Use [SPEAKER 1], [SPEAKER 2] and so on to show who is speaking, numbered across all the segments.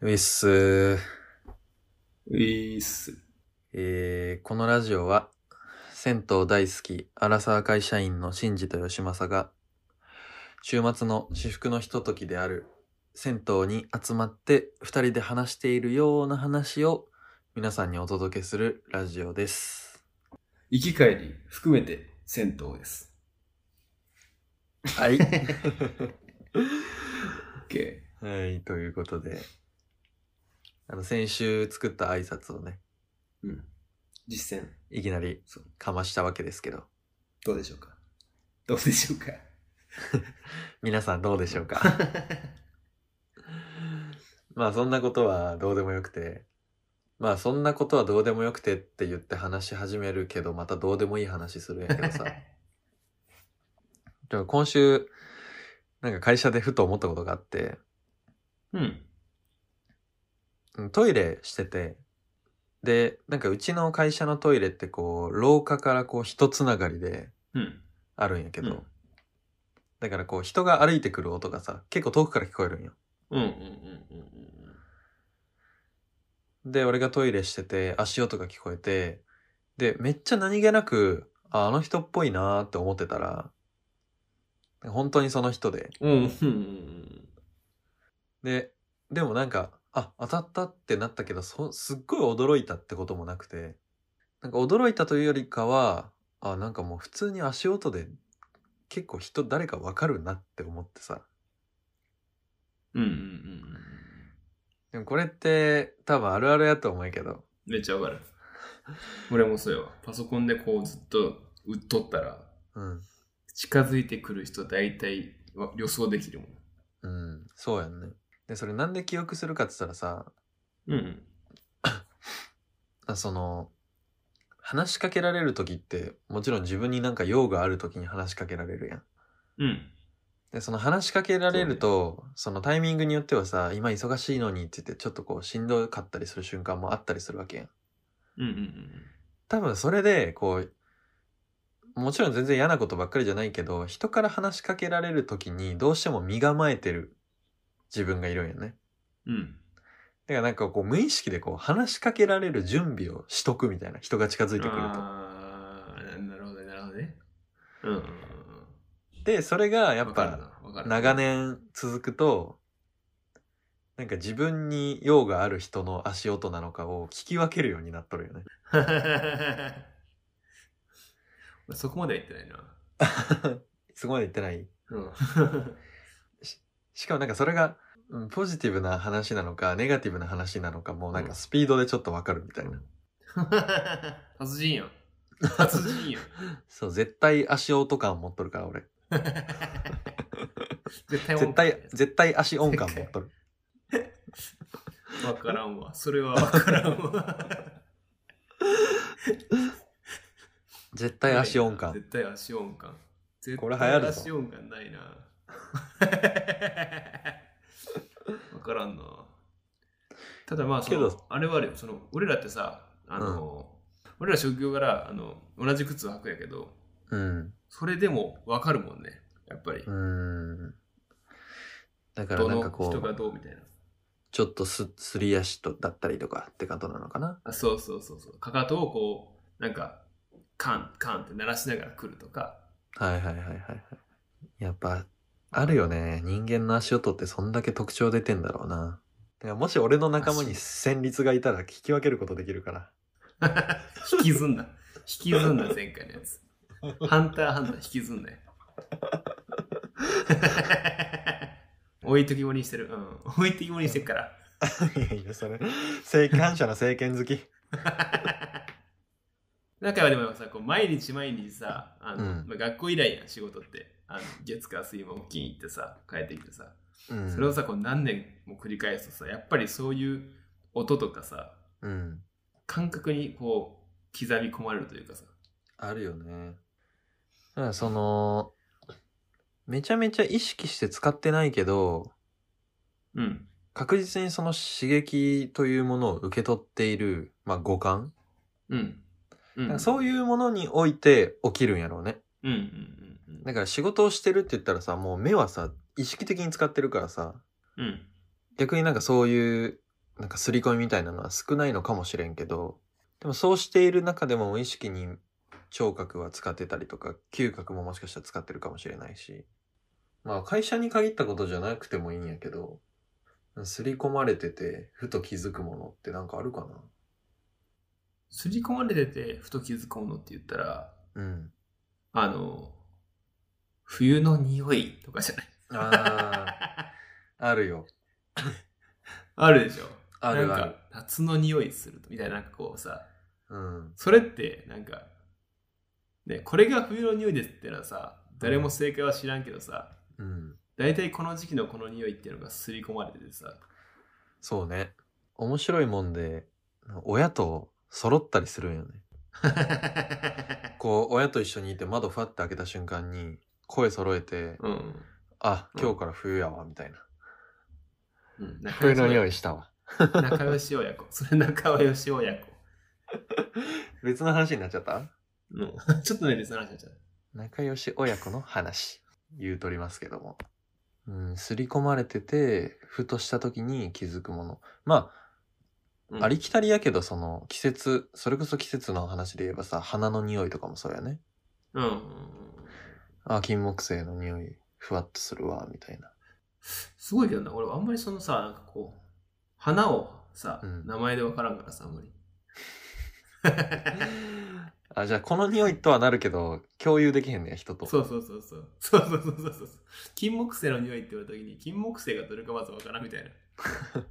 [SPEAKER 1] ウィッス
[SPEAKER 2] ういーっす。
[SPEAKER 1] えー、このラジオは、銭湯大好き、アラサー会社員の新次と吉正が、週末の至福のひとときである、銭湯に集まって二人で話しているような話を皆さんにお届けするラジオです。
[SPEAKER 2] 行き帰り含めて銭湯です。
[SPEAKER 1] はい。
[SPEAKER 2] OK。
[SPEAKER 1] はい、ということで、あの、先週作った挨拶をね、
[SPEAKER 2] うん。実践、
[SPEAKER 1] いきなり
[SPEAKER 2] そう
[SPEAKER 1] かましたわけですけど、
[SPEAKER 2] どうでしょうかどうでしょうか
[SPEAKER 1] 皆さんどうでしょうかまあそんなことはどうでもよくて、まあそんなことはどうでもよくてって言って話し始めるけど、またどうでもいい話するんやけど さ。でも今週、なんか会社でふと思ったことがあって、
[SPEAKER 2] うん。
[SPEAKER 1] うんトイレしてて、で、なんかうちの会社のトイレってこう、廊下からこう人つながりで
[SPEAKER 2] うん。
[SPEAKER 1] あるんやけど、
[SPEAKER 2] うん
[SPEAKER 1] だからこう人が歩いてくる音がさ、結構遠くから聞こえるんよ。
[SPEAKER 2] うんうんうんうん
[SPEAKER 1] で、俺がトイレしてて、足音が聞こえて、で、めっちゃ何気なく、あ、あの人っぽいなーって思ってたら、本当にその人で。
[SPEAKER 2] うん。うんうんうん
[SPEAKER 1] で、でもなんか、あ、当たったってなったけど、そすっごい驚いたってこともなくて、なんか驚いたというよりかは、あ、なんかもう普通に足音で結構人、誰かわかるなって思ってさ。
[SPEAKER 2] うん。うんうんうん。
[SPEAKER 1] でもこれって多分あるあるやと思うけど、
[SPEAKER 2] めっちゃわかる。俺もそうよ。パソコンでこうずっと打っとったら、
[SPEAKER 1] うん。
[SPEAKER 2] 近づいてくる人大体わ予想できるもん。
[SPEAKER 1] うん、そうやんね。で、それなんで記憶するかって言ったらさ、
[SPEAKER 2] うん。
[SPEAKER 1] あその話しかけられる時ってもちろん自分になんか用がある時に話しかけられるやん。
[SPEAKER 2] うん。
[SPEAKER 1] でその話しかけられるとそ,、のタイミングによってはさ今忙しいのにって言ってちょっとこうしんどかったりする瞬間もあったりするわけやん。
[SPEAKER 2] うんうん
[SPEAKER 1] 多分それでこうもちろん全然嫌なことばっかりじゃないけど人から話しかけられる時にどうしても身構えてる自分がいるんやね。
[SPEAKER 2] うん。うん。
[SPEAKER 1] だからなんかこう無意識でこう話しかけられる準備をしとくみたいな人が近づいてくると。
[SPEAKER 2] あーなるほどねなるほどねうんうんうん
[SPEAKER 1] でそれがや
[SPEAKER 2] うん
[SPEAKER 1] っ
[SPEAKER 2] わかる
[SPEAKER 1] ぱ
[SPEAKER 2] なわかる
[SPEAKER 1] 長年続くとなんか自分に用がある人の足音なのかを聞き分けるようになっとるよね
[SPEAKER 2] 俺そこまでは言ってないな
[SPEAKER 1] そこまで言ってない
[SPEAKER 2] うん
[SPEAKER 1] しかもなんかそれがうんポジティブな話なのかネガティブな話なのかもうなんかスピードでちょっとわかるみたいな、
[SPEAKER 2] 達人 やん達人やん
[SPEAKER 1] そう絶対足音感持っとるから俺
[SPEAKER 2] 絶対
[SPEAKER 1] 絶対絶対足音感持っとる
[SPEAKER 2] 分からん わそれは分からんわ
[SPEAKER 1] 絶対足音感
[SPEAKER 2] 絶対足音感絶対
[SPEAKER 1] これ流行るぞ
[SPEAKER 2] 足音感 ないなわからんなただまあそ
[SPEAKER 1] けど
[SPEAKER 2] のあれはあるよその俺らってさあの、俺ら職業柄あの同じ靴を履くやけど
[SPEAKER 1] うん
[SPEAKER 2] それでもわかるもんねやっぱり、
[SPEAKER 1] うんだから
[SPEAKER 2] ど
[SPEAKER 1] なん
[SPEAKER 2] の
[SPEAKER 1] かこ
[SPEAKER 2] 人が
[SPEAKER 1] う
[SPEAKER 2] どうみたいな
[SPEAKER 1] ちょっとすすり足とだったりとかってことなのかな
[SPEAKER 2] あそうそうそうそうかかとをこうなんかカンカンって鳴らしながら来る とか
[SPEAKER 1] はいはいはいはいはい。やっぱ、あるよね。人間の足音ってそんだけ特徴出てんだろうな。だからもし俺の仲間に旋律がいたら聞き分けることできるから。
[SPEAKER 2] 引きずんだ引きずんだ前回のやつハンターハンター引きずんだよ 置いときぼりにしてるうん置いときぼりにしてるから
[SPEAKER 1] いやいや、それ、生感謝の政権好き。
[SPEAKER 2] 中はでもさこう毎日毎日さあの、
[SPEAKER 1] うん
[SPEAKER 2] まあ、学校以来やん仕事ってあの月火水木金行ってさ帰ってきてさ
[SPEAKER 1] うん。
[SPEAKER 2] それをさこう何年も繰り返すとさやっぱりそういう音とかさ
[SPEAKER 1] うん。
[SPEAKER 2] 感覚にこう刻み込まれるというかさ
[SPEAKER 1] あるよね。だからその、めちゃめちゃ意識して使ってないけど、
[SPEAKER 2] うん
[SPEAKER 1] 確実にその刺激というものを受け取っている、まあ五感、
[SPEAKER 2] うん、う
[SPEAKER 1] だか
[SPEAKER 2] ん、
[SPEAKER 1] らそう
[SPEAKER 2] う
[SPEAKER 1] いうものにおいて起きるんやろうね。
[SPEAKER 2] うんうんうんうん
[SPEAKER 1] だから仕事をしてるって言ったらさ、もう目はさ、意識的に使ってるからさ、
[SPEAKER 2] うん
[SPEAKER 1] 逆になんかそういうなんか刷り込みみたいなのは少ないのかもしれんけど、でもそうしている中でも無意識に聴覚は使ってたりとか、嗅覚ももしかしたら使ってるかもしれないし、まあ会社に限ったことじゃなくてもいいんやけど、刷り込まれてて、ふと気づくものってなんかあるか
[SPEAKER 2] すり込まれてて、ふと気づくものって言ったら、
[SPEAKER 1] なうん。
[SPEAKER 2] あの、冬の匂いとかじ ゃない。
[SPEAKER 1] ああ、あるよ。
[SPEAKER 2] あるでしょ。
[SPEAKER 1] あるあ
[SPEAKER 2] なん
[SPEAKER 1] る
[SPEAKER 2] か。、夏の匂いするみたいな、なんかこうさ、
[SPEAKER 1] うん。
[SPEAKER 2] それって、なんか、ね、これが冬の匂いですってのはさ、誰も正解は知らんけどさ、
[SPEAKER 1] うん。
[SPEAKER 2] 大体この時期のこの匂いっていうのがすり込まれててさ、
[SPEAKER 1] そうね。面白いもんで、親と揃ったりするんよね。こう、親と一緒にいて窓ファって開けた瞬間に、声揃えて、
[SPEAKER 2] うん。
[SPEAKER 1] あ、
[SPEAKER 2] うん
[SPEAKER 1] 今日から冬やわ、みたいな。
[SPEAKER 2] うん、仲
[SPEAKER 1] 冬の匂
[SPEAKER 2] い。
[SPEAKER 1] いしたわ。
[SPEAKER 2] 仲良し親子。それ仲良し親子。
[SPEAKER 1] 別の話になっちゃった
[SPEAKER 2] うん、 ちょっとね、別の話になっちゃう。
[SPEAKER 1] 仲良し親子の話。言うとりますけども。うん、刷り込まれてて、ふとした時に気づくもの。まあ、
[SPEAKER 2] うん
[SPEAKER 1] ありきたりやけど、その、季節、それこそ季節の話で言えばさ、花の匂いとかもそうやね。
[SPEAKER 2] うんうんうん。
[SPEAKER 1] あ、金木犀の匂い、ふわっとするわ、みたいな。
[SPEAKER 2] すごいけどな、俺あんまりそのさ、なんかこう、花をさ、
[SPEAKER 1] うん
[SPEAKER 2] 名前でわからんからさ、あんまり。
[SPEAKER 1] あ、じゃあ、この匂いとはなるけど、共有できへんねや、人と。
[SPEAKER 2] そうそうそうそう。そうそうそうそうそう。金木犀の匂いって言われた時に、金木犀がどれかまずわからんみたいな。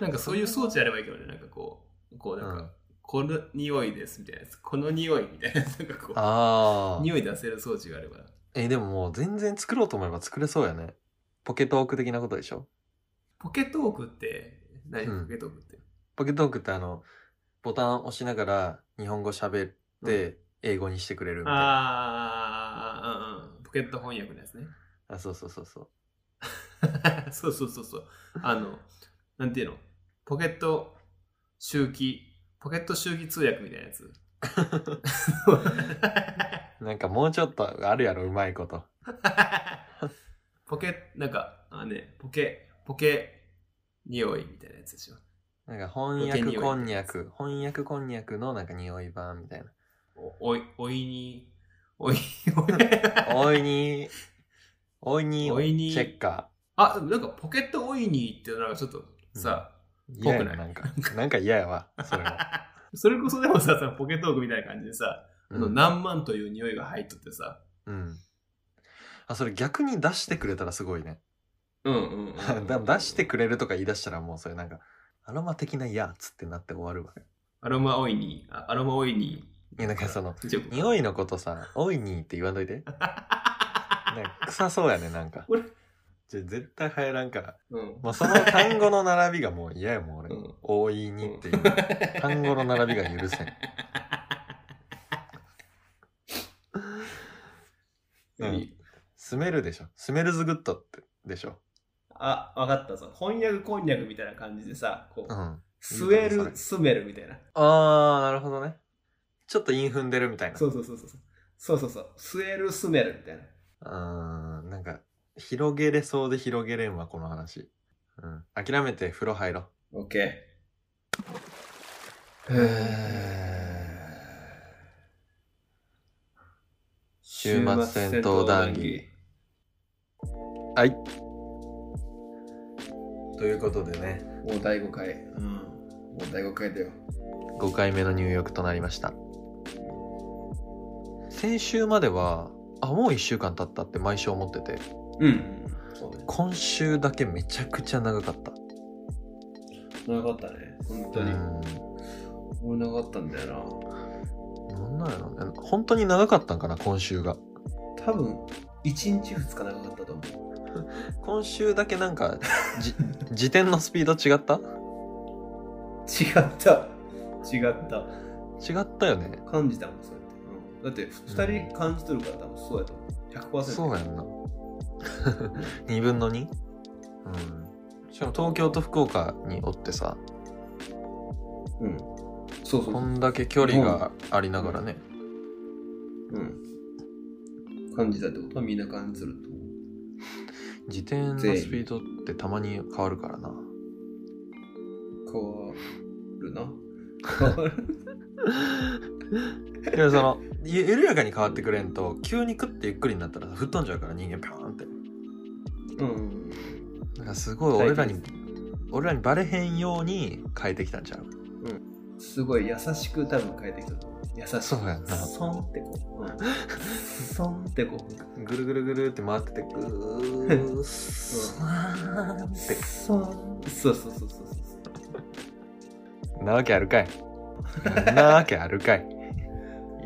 [SPEAKER 2] なんかそういう装置あればいいけどね、なんかこう、こうなんか、
[SPEAKER 1] うん
[SPEAKER 2] この匂いですみたいなやつ、この匂いみたいなやつ、なんかこう、
[SPEAKER 1] ああ。
[SPEAKER 2] 匂い出せる装置があれば。
[SPEAKER 1] え、でももう全然作ろうと思えば作れそうやね。ポケトーク的なことでしょ
[SPEAKER 2] ポケトークって、何
[SPEAKER 1] うん
[SPEAKER 2] ポケトークって。
[SPEAKER 1] ポケトークってあの、ボタン押しながら日本語喋って英語にしてくれるみたいな。
[SPEAKER 2] あー、うんうん、ポケット翻訳のやつね。
[SPEAKER 1] あ、そうそうそうそう。
[SPEAKER 2] そうそうそうそう。あの、なんていうのポケット周期、ポケット周期通訳みたいなやつ。
[SPEAKER 1] なんかもうちょっとあるやろ、うまいこと。
[SPEAKER 2] ポケ、なんか、あね、ポケ、ポケ、匂いみたいなやつでしょ。
[SPEAKER 1] なんか翻訳こんにゃ
[SPEAKER 2] ポ
[SPEAKER 1] く、翻訳こんにゃくのなんか匂い版みたいな。
[SPEAKER 2] おおい、おいに、おい、
[SPEAKER 1] おいに、おいに、
[SPEAKER 2] おいに
[SPEAKER 1] チェッカ
[SPEAKER 2] あ、なんかポケットおいにってなんかちょっとさ、
[SPEAKER 1] ー。
[SPEAKER 2] ぽ
[SPEAKER 1] 嫌
[SPEAKER 2] く
[SPEAKER 1] や
[SPEAKER 2] な
[SPEAKER 1] ないなんか。なんか嫌やわ、それ は。
[SPEAKER 2] それこそでもさ、そのポケトークみたいな感じでさ、あの
[SPEAKER 1] うん
[SPEAKER 2] 何万という匂いが入っとってさ、
[SPEAKER 1] うん。あ、それ逆に出してくれたらすごいね。
[SPEAKER 2] うんうん
[SPEAKER 1] だ 出してくれるとか言い出したらもうそれなんか、アロマ的なやつってなって終わるわ。
[SPEAKER 2] アロマオイニー、あアロマオイニー。
[SPEAKER 1] いやなんかそ の
[SPEAKER 2] 一応
[SPEAKER 1] 匂いのことさ、おいにーって言わんといて。なんか臭そうやね、なんか
[SPEAKER 2] 俺。
[SPEAKER 1] じゃ絶対流行らんから。
[SPEAKER 2] うん。
[SPEAKER 1] もうその単語の並びがもう嫌やもん、俺。
[SPEAKER 2] うん
[SPEAKER 1] おいにって いう。単語の並びが許せん。うんスメルでしょ。スメルズグッドって、でしょ。
[SPEAKER 2] あ、わかった。その翻訳こんにゃくみたいな感じでさ、こう、
[SPEAKER 1] うん。
[SPEAKER 2] 吸え
[SPEAKER 1] いいかもそ
[SPEAKER 2] る、
[SPEAKER 1] れ
[SPEAKER 2] スメルみたいな。
[SPEAKER 1] あー、なるほどね。ちょっと韻踏んでるみたいな。
[SPEAKER 2] そうそうそうそう。そうそうそう。吸える、スメルみたいな。
[SPEAKER 1] うーん、なんか、広げれそうで広げれんわ、この話。うん。諦めて風呂入ろう。
[SPEAKER 2] オッケー。
[SPEAKER 1] 週末戦闘談義。はい。ということでね、
[SPEAKER 2] もう第5回。うん。もう第5回だよ。
[SPEAKER 1] 5回目の入浴となりました。先週までは、あ、もう1週間経ったって毎週思ってて、
[SPEAKER 2] うん。そうだね。
[SPEAKER 1] 今週だけめちゃくちゃ長かった。
[SPEAKER 2] 長かったね。本当に。
[SPEAKER 1] うん。
[SPEAKER 2] 俺長かったんだよな。
[SPEAKER 1] なんなんやろね。本当に長かったんかな、今週が。
[SPEAKER 2] 多分1日2日長かったと思
[SPEAKER 1] 今週だけなんか、じ、 時点のスピード違った
[SPEAKER 2] う違った違った
[SPEAKER 1] 違ったよね。
[SPEAKER 2] 感じたもんそれって、うん、だって2人感じ取るから多分そうやと思う100%
[SPEAKER 1] そうやんな。2分 の 2? うん。しかも東京と福岡におってさ、
[SPEAKER 2] うんそうそうそ
[SPEAKER 1] こ
[SPEAKER 2] うん
[SPEAKER 1] だけ距離がありながらね。
[SPEAKER 2] うん感じたってことはみんな感じ取ると思
[SPEAKER 1] 自転のスピードってたまに変わるからな。
[SPEAKER 2] う変わるな。変わる。
[SPEAKER 1] でもそのゆ緩やかに変わってくれんと急にクッてゆっくりになったら吹っ飛んじゃうから人間ピョーンって
[SPEAKER 2] うん。
[SPEAKER 1] だからすごい俺らに俺らにバレへんように変えてきたんちゃう
[SPEAKER 2] すごい優しく多分変えてきたと思う。優しく。
[SPEAKER 1] そうやんな
[SPEAKER 2] そんってこう。うん、そんってこう。
[SPEAKER 1] ぐるぐるぐるって回っててぐーすーんって
[SPEAKER 2] そん。そうそうそうそうそう。
[SPEAKER 1] なわけある かいなわけあるかい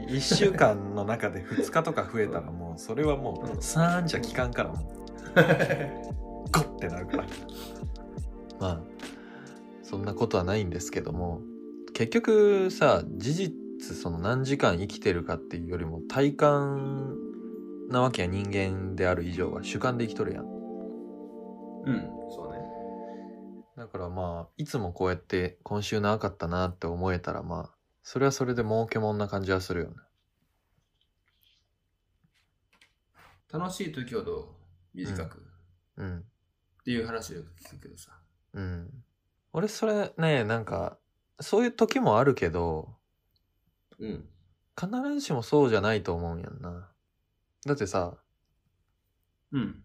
[SPEAKER 1] 1週間の中で2日とか増えたらもうそれはも
[SPEAKER 2] うん
[SPEAKER 1] う3じゃ効かんからもうゴッてなるからまあそんなことはないんですけども結局さ事実その何時間生きてるかっていうよりも体感なわけや人間である以上は主観で生きとるやん
[SPEAKER 2] うん。そうね。
[SPEAKER 1] だからまあいつもこうやって今週長かったなって思えたらまあそれはそれで儲けもんな感じはするよね
[SPEAKER 2] 楽しい時ほど短くっ
[SPEAKER 1] うん
[SPEAKER 2] ていう話をよく聞くけどさ。
[SPEAKER 1] うん俺それねなんかそういう時もあるけど
[SPEAKER 2] うん。
[SPEAKER 1] 必ずしもそうじゃないと思うんやんなだってさ
[SPEAKER 2] うん。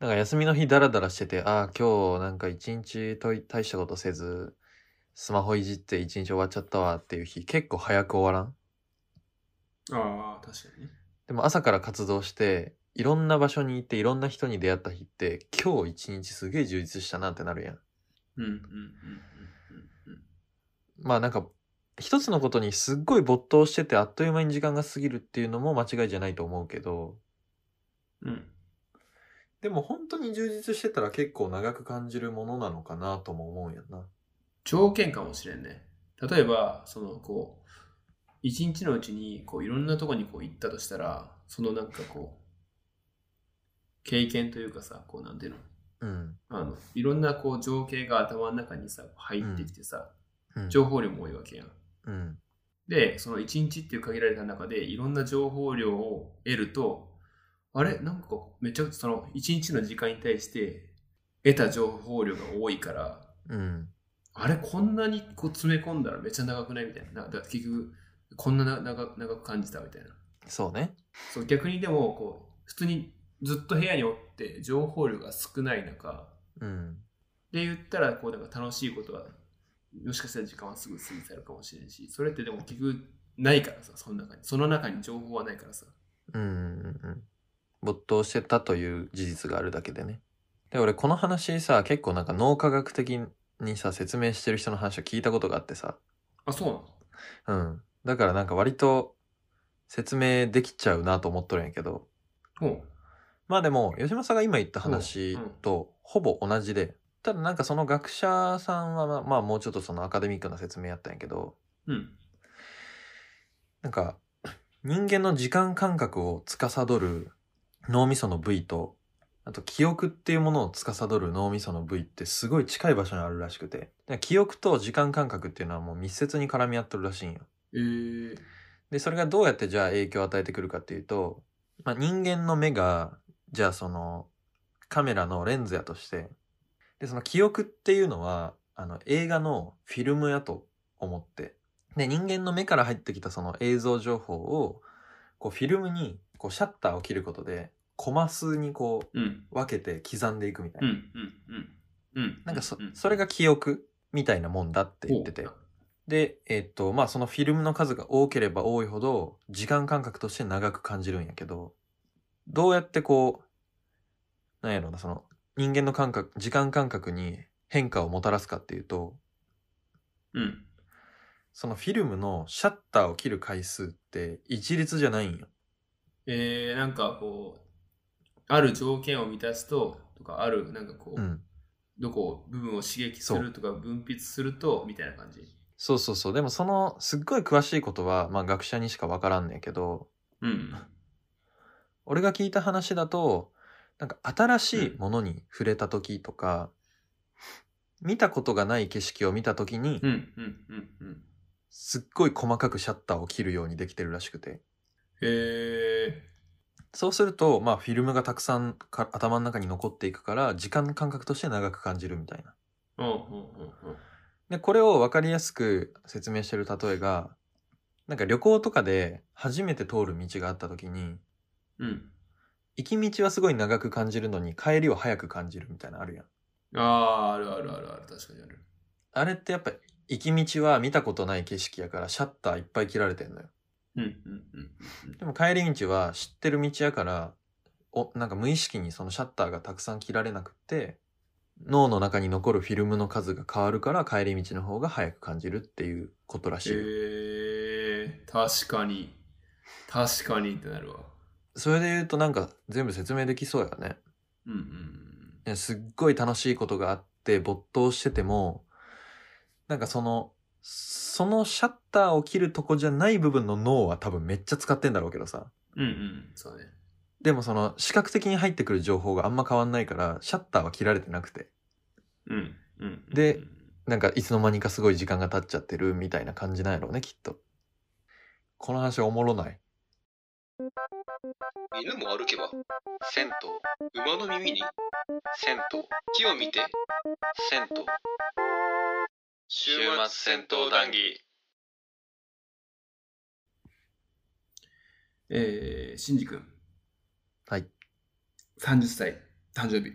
[SPEAKER 1] なんか休みの日ダラダラしてて、ああ、今日なんか一日とい大したことせず、スマホいじって一日終わっちゃったわっていう日結構早く終わらん
[SPEAKER 2] ああ、確かにね。
[SPEAKER 1] でも朝から活動して、いろんな場所に行っていろんな人に出会った日って、今日一日すげえ充実したなってなるやん。
[SPEAKER 2] うんうんうん
[SPEAKER 1] まあなんか、一つのことにすっごい没頭しててあっという間に時間が過ぎるっていうのも間違いじゃないと思うけど、
[SPEAKER 2] うんうん。うん。
[SPEAKER 1] でも本当に充実してたら結構長く感じるものなのかなとも思うんやんな。
[SPEAKER 2] 条件かもしれんね。例えば、そのこう、一日のうちにこういろんなとこにこう行ったとしたら、そのなんかこう、経験というかさ、こうなんていうの、
[SPEAKER 1] うん。
[SPEAKER 2] あのいろんなこう情景が頭の中にさ、入ってきてさ、
[SPEAKER 1] うん。
[SPEAKER 2] 情報量も多いわけやん。
[SPEAKER 1] うん。
[SPEAKER 2] で、その一日っていう限られた中で、いろんな情報量を得ると、あれなんかめちゃくちゃその一日の時間に対して得た情報量が多いから、
[SPEAKER 1] うん。
[SPEAKER 2] あれこんなにこう詰め込んだらめっちゃ長くないみたいな。なだから結局、こんなな長長く感じたみたいな。
[SPEAKER 1] そうね。
[SPEAKER 2] そう逆にでもこう、普通にずっと部屋におって情報量が少ない中、
[SPEAKER 1] うん。
[SPEAKER 2] で言ったらこうなんか楽しいことは、もしかしたら時間はすぐ過ぎ去るかもしれんし、それってでも結局ないからさ、その中に。その中に情報はないからさ。
[SPEAKER 1] うんうんうんうん没頭してたという事実があるだけでね。で、俺この話さ、結構なんか脳科学的にさ、説明してる人の話を聞いたことがあってさ、
[SPEAKER 2] あ、そうなの
[SPEAKER 1] うん。だからなんか割と説明できちゃうなと思っとるんやけど、
[SPEAKER 2] ほ
[SPEAKER 1] まあでも、吉間さんが今言った話とほぼ同じで、ただなんかその学者さんはまあまあもうちょっとそのアカデミックな説明やったんやけど、
[SPEAKER 2] う。うん。
[SPEAKER 1] なんか、人間の時間感覚を司る脳みその部位と、あと記憶っていうものを司る脳みその部位ってすごい近い場所にあるらしくて、だから記憶と時間感覚っていうのはもう密接に絡み合ってるらしいんよ。
[SPEAKER 2] えー、
[SPEAKER 1] で、それがどうやってじゃあ影響を与えてくるかっていうと、まあ、人間の目が、じゃあそのカメラのレンズやとして、で、その記憶っていうのは、あの映画のフィルムやと思って、で、人間の目から入ってきたその映像情報を、こうフィルムにこうシャッターを切ることで、コマ数にこ
[SPEAKER 2] うん。
[SPEAKER 1] う分けて刻んでいくみたい
[SPEAKER 2] うん。う
[SPEAKER 1] な。
[SPEAKER 2] ん。うん。うん。
[SPEAKER 1] なんかそ、
[SPEAKER 2] う
[SPEAKER 1] それが記憶みたいなもんだって言ってて。で、えっと、まあ、そのフィルムの数が多ければ多いほど、時間感覚として長く感じるんやけど、どうやってこう、なんやろうな、その、人間の感覚、時間感覚に変化をもたらすかっていうと、
[SPEAKER 2] うん。
[SPEAKER 1] そのフィルムのシャッターを切る回数って一律じゃないんよ。
[SPEAKER 2] えー、なんかこう、ある条件を満たすと、とか、ある、なんかこう、
[SPEAKER 1] うん。
[SPEAKER 2] どこを部分を刺激す
[SPEAKER 1] そ
[SPEAKER 2] る
[SPEAKER 1] う
[SPEAKER 2] とか、分泌すると、みたいな感じ。
[SPEAKER 1] そうそうそう。でもその、すっごい詳しいことは、まあ、学者にしかわからんねんけど、
[SPEAKER 2] うん。
[SPEAKER 1] 俺が聞いた話だと、なんか新しいものに触れた時とか、見たことがない景色を見た時に
[SPEAKER 2] う、ん。うん。うん。うん。
[SPEAKER 1] すっごい細かくシャッターを切るようにできてるらしくて。
[SPEAKER 2] え
[SPEAKER 1] そうすると、まあフィルムがたくさんか頭の中に残っていくから、時間感覚として長く感じるみたいな。
[SPEAKER 2] ー、うん。うん。うん。うん。
[SPEAKER 1] で、これを分かりやすく説明してる例えが、なんか旅行とかで初めて通る道があった時に、
[SPEAKER 2] うん。
[SPEAKER 1] 行き道はすごい長く感じるのに帰りは早く感じるみたいなのあるやん。
[SPEAKER 2] ああー、あるあるあるある。確かにある。
[SPEAKER 1] あれってやっぱ行き道は見たことない景色やからシャッターいっぱい切られてんのよ。
[SPEAKER 2] うんうんうん。
[SPEAKER 1] でも帰り道は知ってる道やから、お、なんか無意識にそのシャッターがたくさん切られなくって、脳の中に残るフィルムの数が変わるから帰り道の方が早く感じるっていうことらしいよ。
[SPEAKER 2] えー、確かに。確かにってなるわ。
[SPEAKER 1] それで言うとなんか全部説明できそうやね。
[SPEAKER 2] うんうん
[SPEAKER 1] ねすっごい楽しいことがあって没頭してても、なんかその、そのシャッターを切るとこじゃない部分の脳は多分めっちゃ使ってんだろうけどさ。
[SPEAKER 2] うん。うんうん。そうね。
[SPEAKER 1] でもその視覚的に入ってくる情報があんま変わんないから、シャッターは切られてなくて、
[SPEAKER 2] うんうんうん。
[SPEAKER 1] でなんかいつの間にかすごい時間が経っちゃってるみたいな感じなんやろうね、きっと。この話おもろない。
[SPEAKER 3] 犬も歩けば銭湯馬の耳に銭湯木を見て銭湯週末銭湯談義
[SPEAKER 2] えー、しんじくん。
[SPEAKER 1] はい。
[SPEAKER 2] 30歳、誕生日。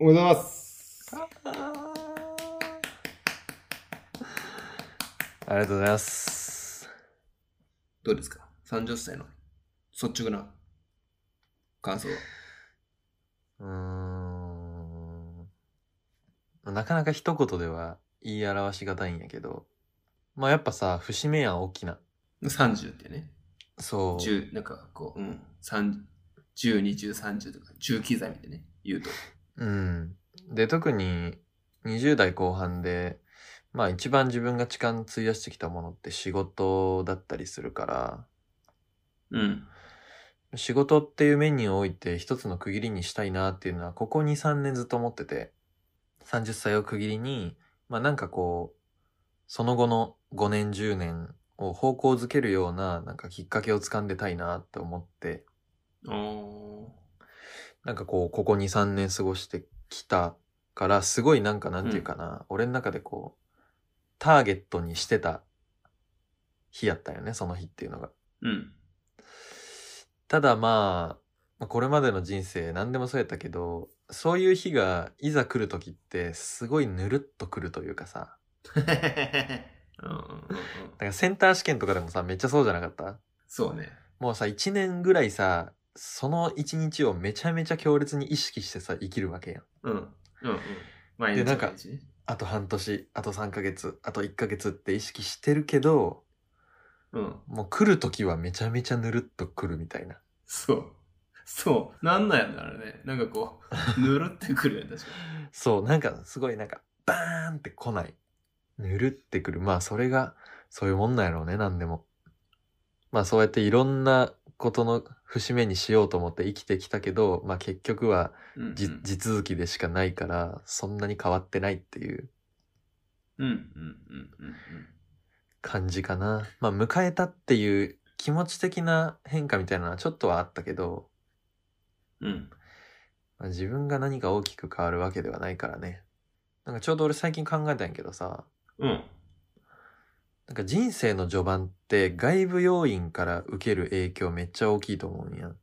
[SPEAKER 2] おめでとうございます。
[SPEAKER 1] ありがとうございます。
[SPEAKER 2] どうですか ?30 歳の率直な感想は。
[SPEAKER 1] うーん。なかなか一言では言い表しがたいんやけど、まあやっぱさ、節目やん、大きな。
[SPEAKER 2] 30ってね。
[SPEAKER 1] そう。
[SPEAKER 2] 10、なんかこう、うん。3 10、20、30とか、10刻みでね、言うと。
[SPEAKER 1] うん。で、特に20代後半で、まあ一番自分が時間費やしてきたものって仕事だったりするから、
[SPEAKER 2] うん。
[SPEAKER 1] 仕事っていう面において一つの区切りにしたいなっていうのは、ここ2、3年ずっと思ってて、30歳を区切りに、まあなんかこう、その後の5年、10年を方向づけるような、なんかきっかけを掴んでたいなって思って、
[SPEAKER 2] おー。
[SPEAKER 1] なんかこう、ここ2、3年過ごしてきたから、すごいなんかなんていうかな、俺の中でこう、ターゲットにしてた日やったよね、その日っていうのが。
[SPEAKER 2] うん。
[SPEAKER 1] ただまあ、まあこれまでの人生何でもそうやったけど、そういう日がいざ来る時って、すごいぬるっと来るというかさ、
[SPEAKER 2] うんうんうんうん
[SPEAKER 1] だからセンター試験とかでもさ、めっちゃそうじゃなかった
[SPEAKER 2] そうね。
[SPEAKER 1] もうさ、1年ぐらいさ、その1日をめちゃめちゃ強烈に意識してさ、生きるわけやん。
[SPEAKER 2] うん。うんうん。毎
[SPEAKER 1] でなんか
[SPEAKER 2] 毎日ね
[SPEAKER 1] あと半年、あと3ヶ月、あと1ヶ月って意識してるけど、
[SPEAKER 2] うん。
[SPEAKER 1] もう来る時はめちゃめちゃぬるっと来るみたいな。
[SPEAKER 2] そう。そう。なんなんやろなあれね。なんかこ う、ぬるってくるよね、確か
[SPEAKER 1] そう、なんかすごいなんか、バーンって来ない。ぬるってくる。まあそれが、そういうもんなんやろうね、なんでも。まあそうやっていろんなことの節目にしようと思って生きてきたけど、まあ結局は
[SPEAKER 2] に。うんうん
[SPEAKER 1] じ、地続きでしかないから、そんなに変わってないっていう
[SPEAKER 2] うんうんうんうんうん。
[SPEAKER 1] 感じかな。まあ、迎えたっていう気持ち的な変化みたいなのはちょっとはあったけど、
[SPEAKER 2] うん。
[SPEAKER 1] まあ、自分が何か大きく変わるわけではないからね。なんかちょうど俺最近考えたんやけどさ、
[SPEAKER 2] うん。
[SPEAKER 1] なんか人生の序盤って外部要因から受ける影響めっちゃ大きいと思うんやん。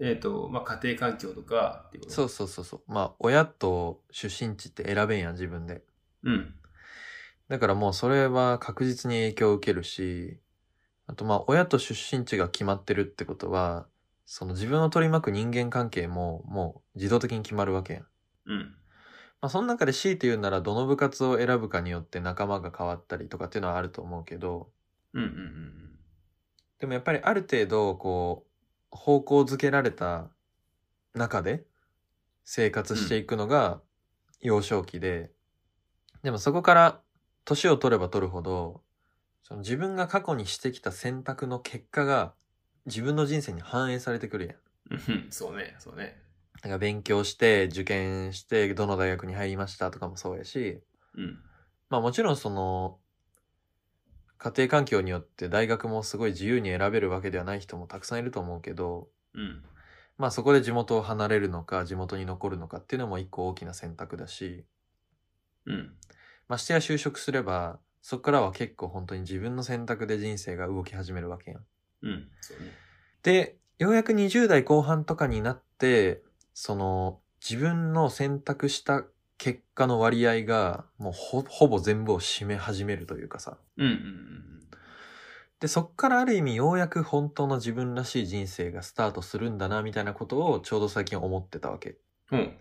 [SPEAKER 2] えっ、と、まあ、家庭環境とかっていうこと
[SPEAKER 1] そう。そうそうそう。まあ、親と出身地って選べんやん、自分で。
[SPEAKER 2] うん。
[SPEAKER 1] だからもうそれは確実に影響を受けるし、あとまあ親と出身地が決まってるってことは、その自分を取り巻く人間関係ももう自動的に決まるわけやん。
[SPEAKER 2] うん。
[SPEAKER 1] まあその中で強いて言うならどの部活を選ぶかによって仲間が変わったりとかっていうのはあると思うけど、
[SPEAKER 2] うんうんうん
[SPEAKER 1] でもやっぱりある程度こう方向づけられた中で生活していくのが幼少期で、でもそこから年を取れば取るほどその自分が過去にしてきた選択の結果が自分の人生に反映されてくるやん。
[SPEAKER 2] うん。うん。そうね、そうね。
[SPEAKER 1] なんか勉強して受験してどの大学に入りましたとかもそうやし、
[SPEAKER 2] うん。
[SPEAKER 1] まあもちろんその、家庭環境によって大学もすごい自由に選べるわけではない人もたくさんいると思うけど、
[SPEAKER 2] うん。
[SPEAKER 1] まあそこで地元を離れるのか、地元に残るのかっていうのも一個大きな選択だし、
[SPEAKER 2] うん。
[SPEAKER 1] ましてや就職すれば、そこからは結構本当に自分の選択で人生が動き始めるわけやん。
[SPEAKER 2] うん、そうね。
[SPEAKER 1] で、ようやく20代後半とかになって、その、自分の選択した結果の割合が、もうほほぼ全部を占め始めるというかさ。
[SPEAKER 2] うんうんうん
[SPEAKER 1] で、そっからある意味ようやく本当の自分らしい人生がスタートするんだな、みたいなことをちょうど最近思ってたわけ。っ
[SPEAKER 2] うん。うん。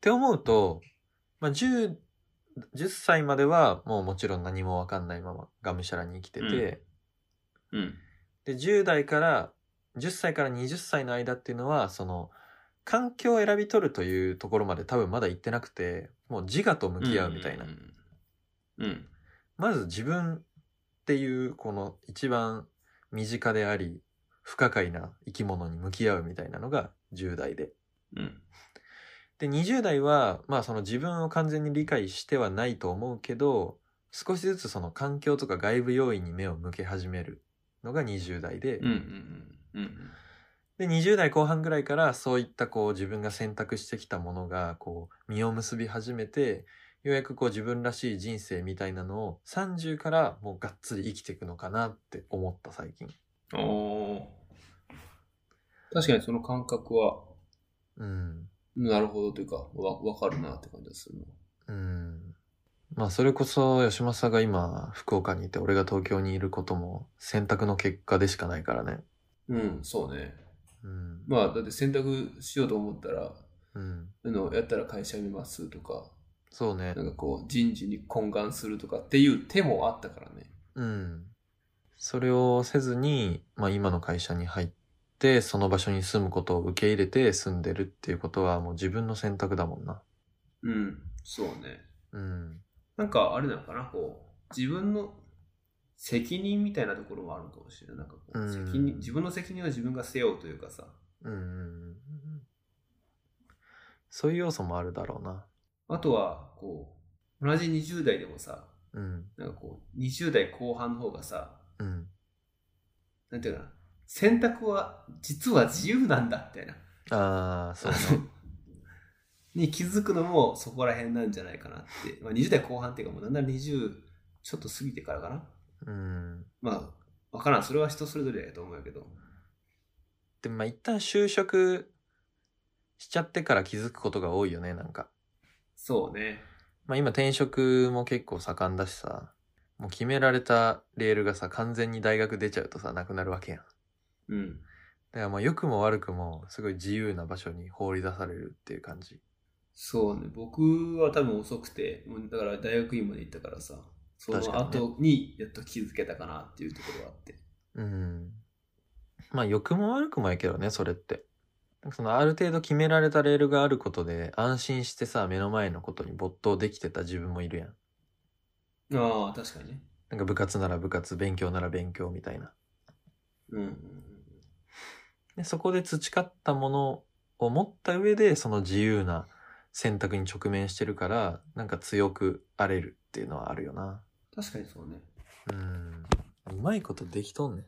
[SPEAKER 1] て思うと、まあ、10、10歳まではもうもちろん何もわかんないままがむしゃらに生きてて、
[SPEAKER 2] うんうん。
[SPEAKER 1] で10代から10歳から20歳の間っていうのはその環境を選び取るというところまで多分まだ行ってなくてもう自我と向き合うみたいな、
[SPEAKER 2] んうんうん。
[SPEAKER 1] まず自分っていうこの一番身近であり不可解な生き物に向き合うみたいなのが10代で
[SPEAKER 2] うん。
[SPEAKER 1] で20代はまあその自分を完全に理解してはないと思うけど少しずつその環境とか外部要因に目を向け始めるのが20代で、
[SPEAKER 2] うん。うん。うん。うん。
[SPEAKER 1] で20代後半ぐらいからそういったこう自分が選択してきたものがこう実を結び始めてようやくこう自分らしい人生みたいなのを30からもうがっつり生きていくのかなって思った最近。
[SPEAKER 2] うんおー確かにその感覚は、
[SPEAKER 1] うん。
[SPEAKER 2] なるほどというか、わ、わかるなって感じがするな。
[SPEAKER 1] うん。まあそれこそ吉間さんが今福岡にいて俺が東京にいることも選択の結果でしかないからね。
[SPEAKER 2] うん、そうね。
[SPEAKER 1] うん。
[SPEAKER 2] まあ、だって選択しようと思ったら、
[SPEAKER 1] うん。
[SPEAKER 2] あの、やったら会社辞めますとか、
[SPEAKER 1] そうね
[SPEAKER 2] な。んかこう、人事に懇願するとかっていう手もあったからね。
[SPEAKER 1] うん。それをせずに、まあ今の会社に入って、その場所に住むことを受け入れて住んでるっていうことはもう自分の選択だもんな。
[SPEAKER 2] うん、そうね。
[SPEAKER 1] うん。
[SPEAKER 2] なんかあれなのかな、こう、自分の責任みたいなところもあるかもしれない。なんかこう、
[SPEAKER 1] うん
[SPEAKER 2] 責任、自分の責任は自分が背負うというかさ。
[SPEAKER 1] うんうんうん。そういう要素もあるだろうな。
[SPEAKER 2] あとは、こう、同じ20代でもさ、
[SPEAKER 1] うん。
[SPEAKER 2] なんかこう、20代後半の方がさ、
[SPEAKER 1] うん。
[SPEAKER 2] なんていうかな、選択は実は自由なんだ、みたいな。
[SPEAKER 1] ああ、そうね。
[SPEAKER 2] に気づくのもそこら辺なんじゃないかなって。まあ、20代後半っていうか、もうなんなら20ちょっと過ぎてからかな。
[SPEAKER 1] うん。
[SPEAKER 2] まあ、わからん。それは人それぞれやと思うけど。
[SPEAKER 1] でもまあ一旦就職しちゃってから気づくことが多いよね、なんか。
[SPEAKER 2] そうね。
[SPEAKER 1] まあ今転職も結構盛んだしさ、もう決められたレールがさ、完全に大学出ちゃうとさ、なくなるわけやん。
[SPEAKER 2] うん。
[SPEAKER 1] だからまあ良くも悪くもすごい自由な場所に放り出されるっていう感じ。
[SPEAKER 2] そうね。僕は多分遅くて、もうだから大学院まで行ったからさ、その
[SPEAKER 1] 確かにね
[SPEAKER 2] 後にやっと気づけたかなっていうところがあって。
[SPEAKER 1] うん。まあ良くも悪くもやけどね、それって。なんかそのある程度決められたレールがあることで安心してさ、目の前のことに没頭できてた自分もいるやん。
[SPEAKER 2] ああ、確かにね。
[SPEAKER 1] なんか部活なら部活、勉強なら勉強みたいな。
[SPEAKER 2] うんうん
[SPEAKER 1] でそこで培ったものを持った上でその自由な選択に直面してるから、なんか強く荒れるっていうのはあるよな。
[SPEAKER 2] うん。確かにそうね。
[SPEAKER 1] うん。うまいことできとんね。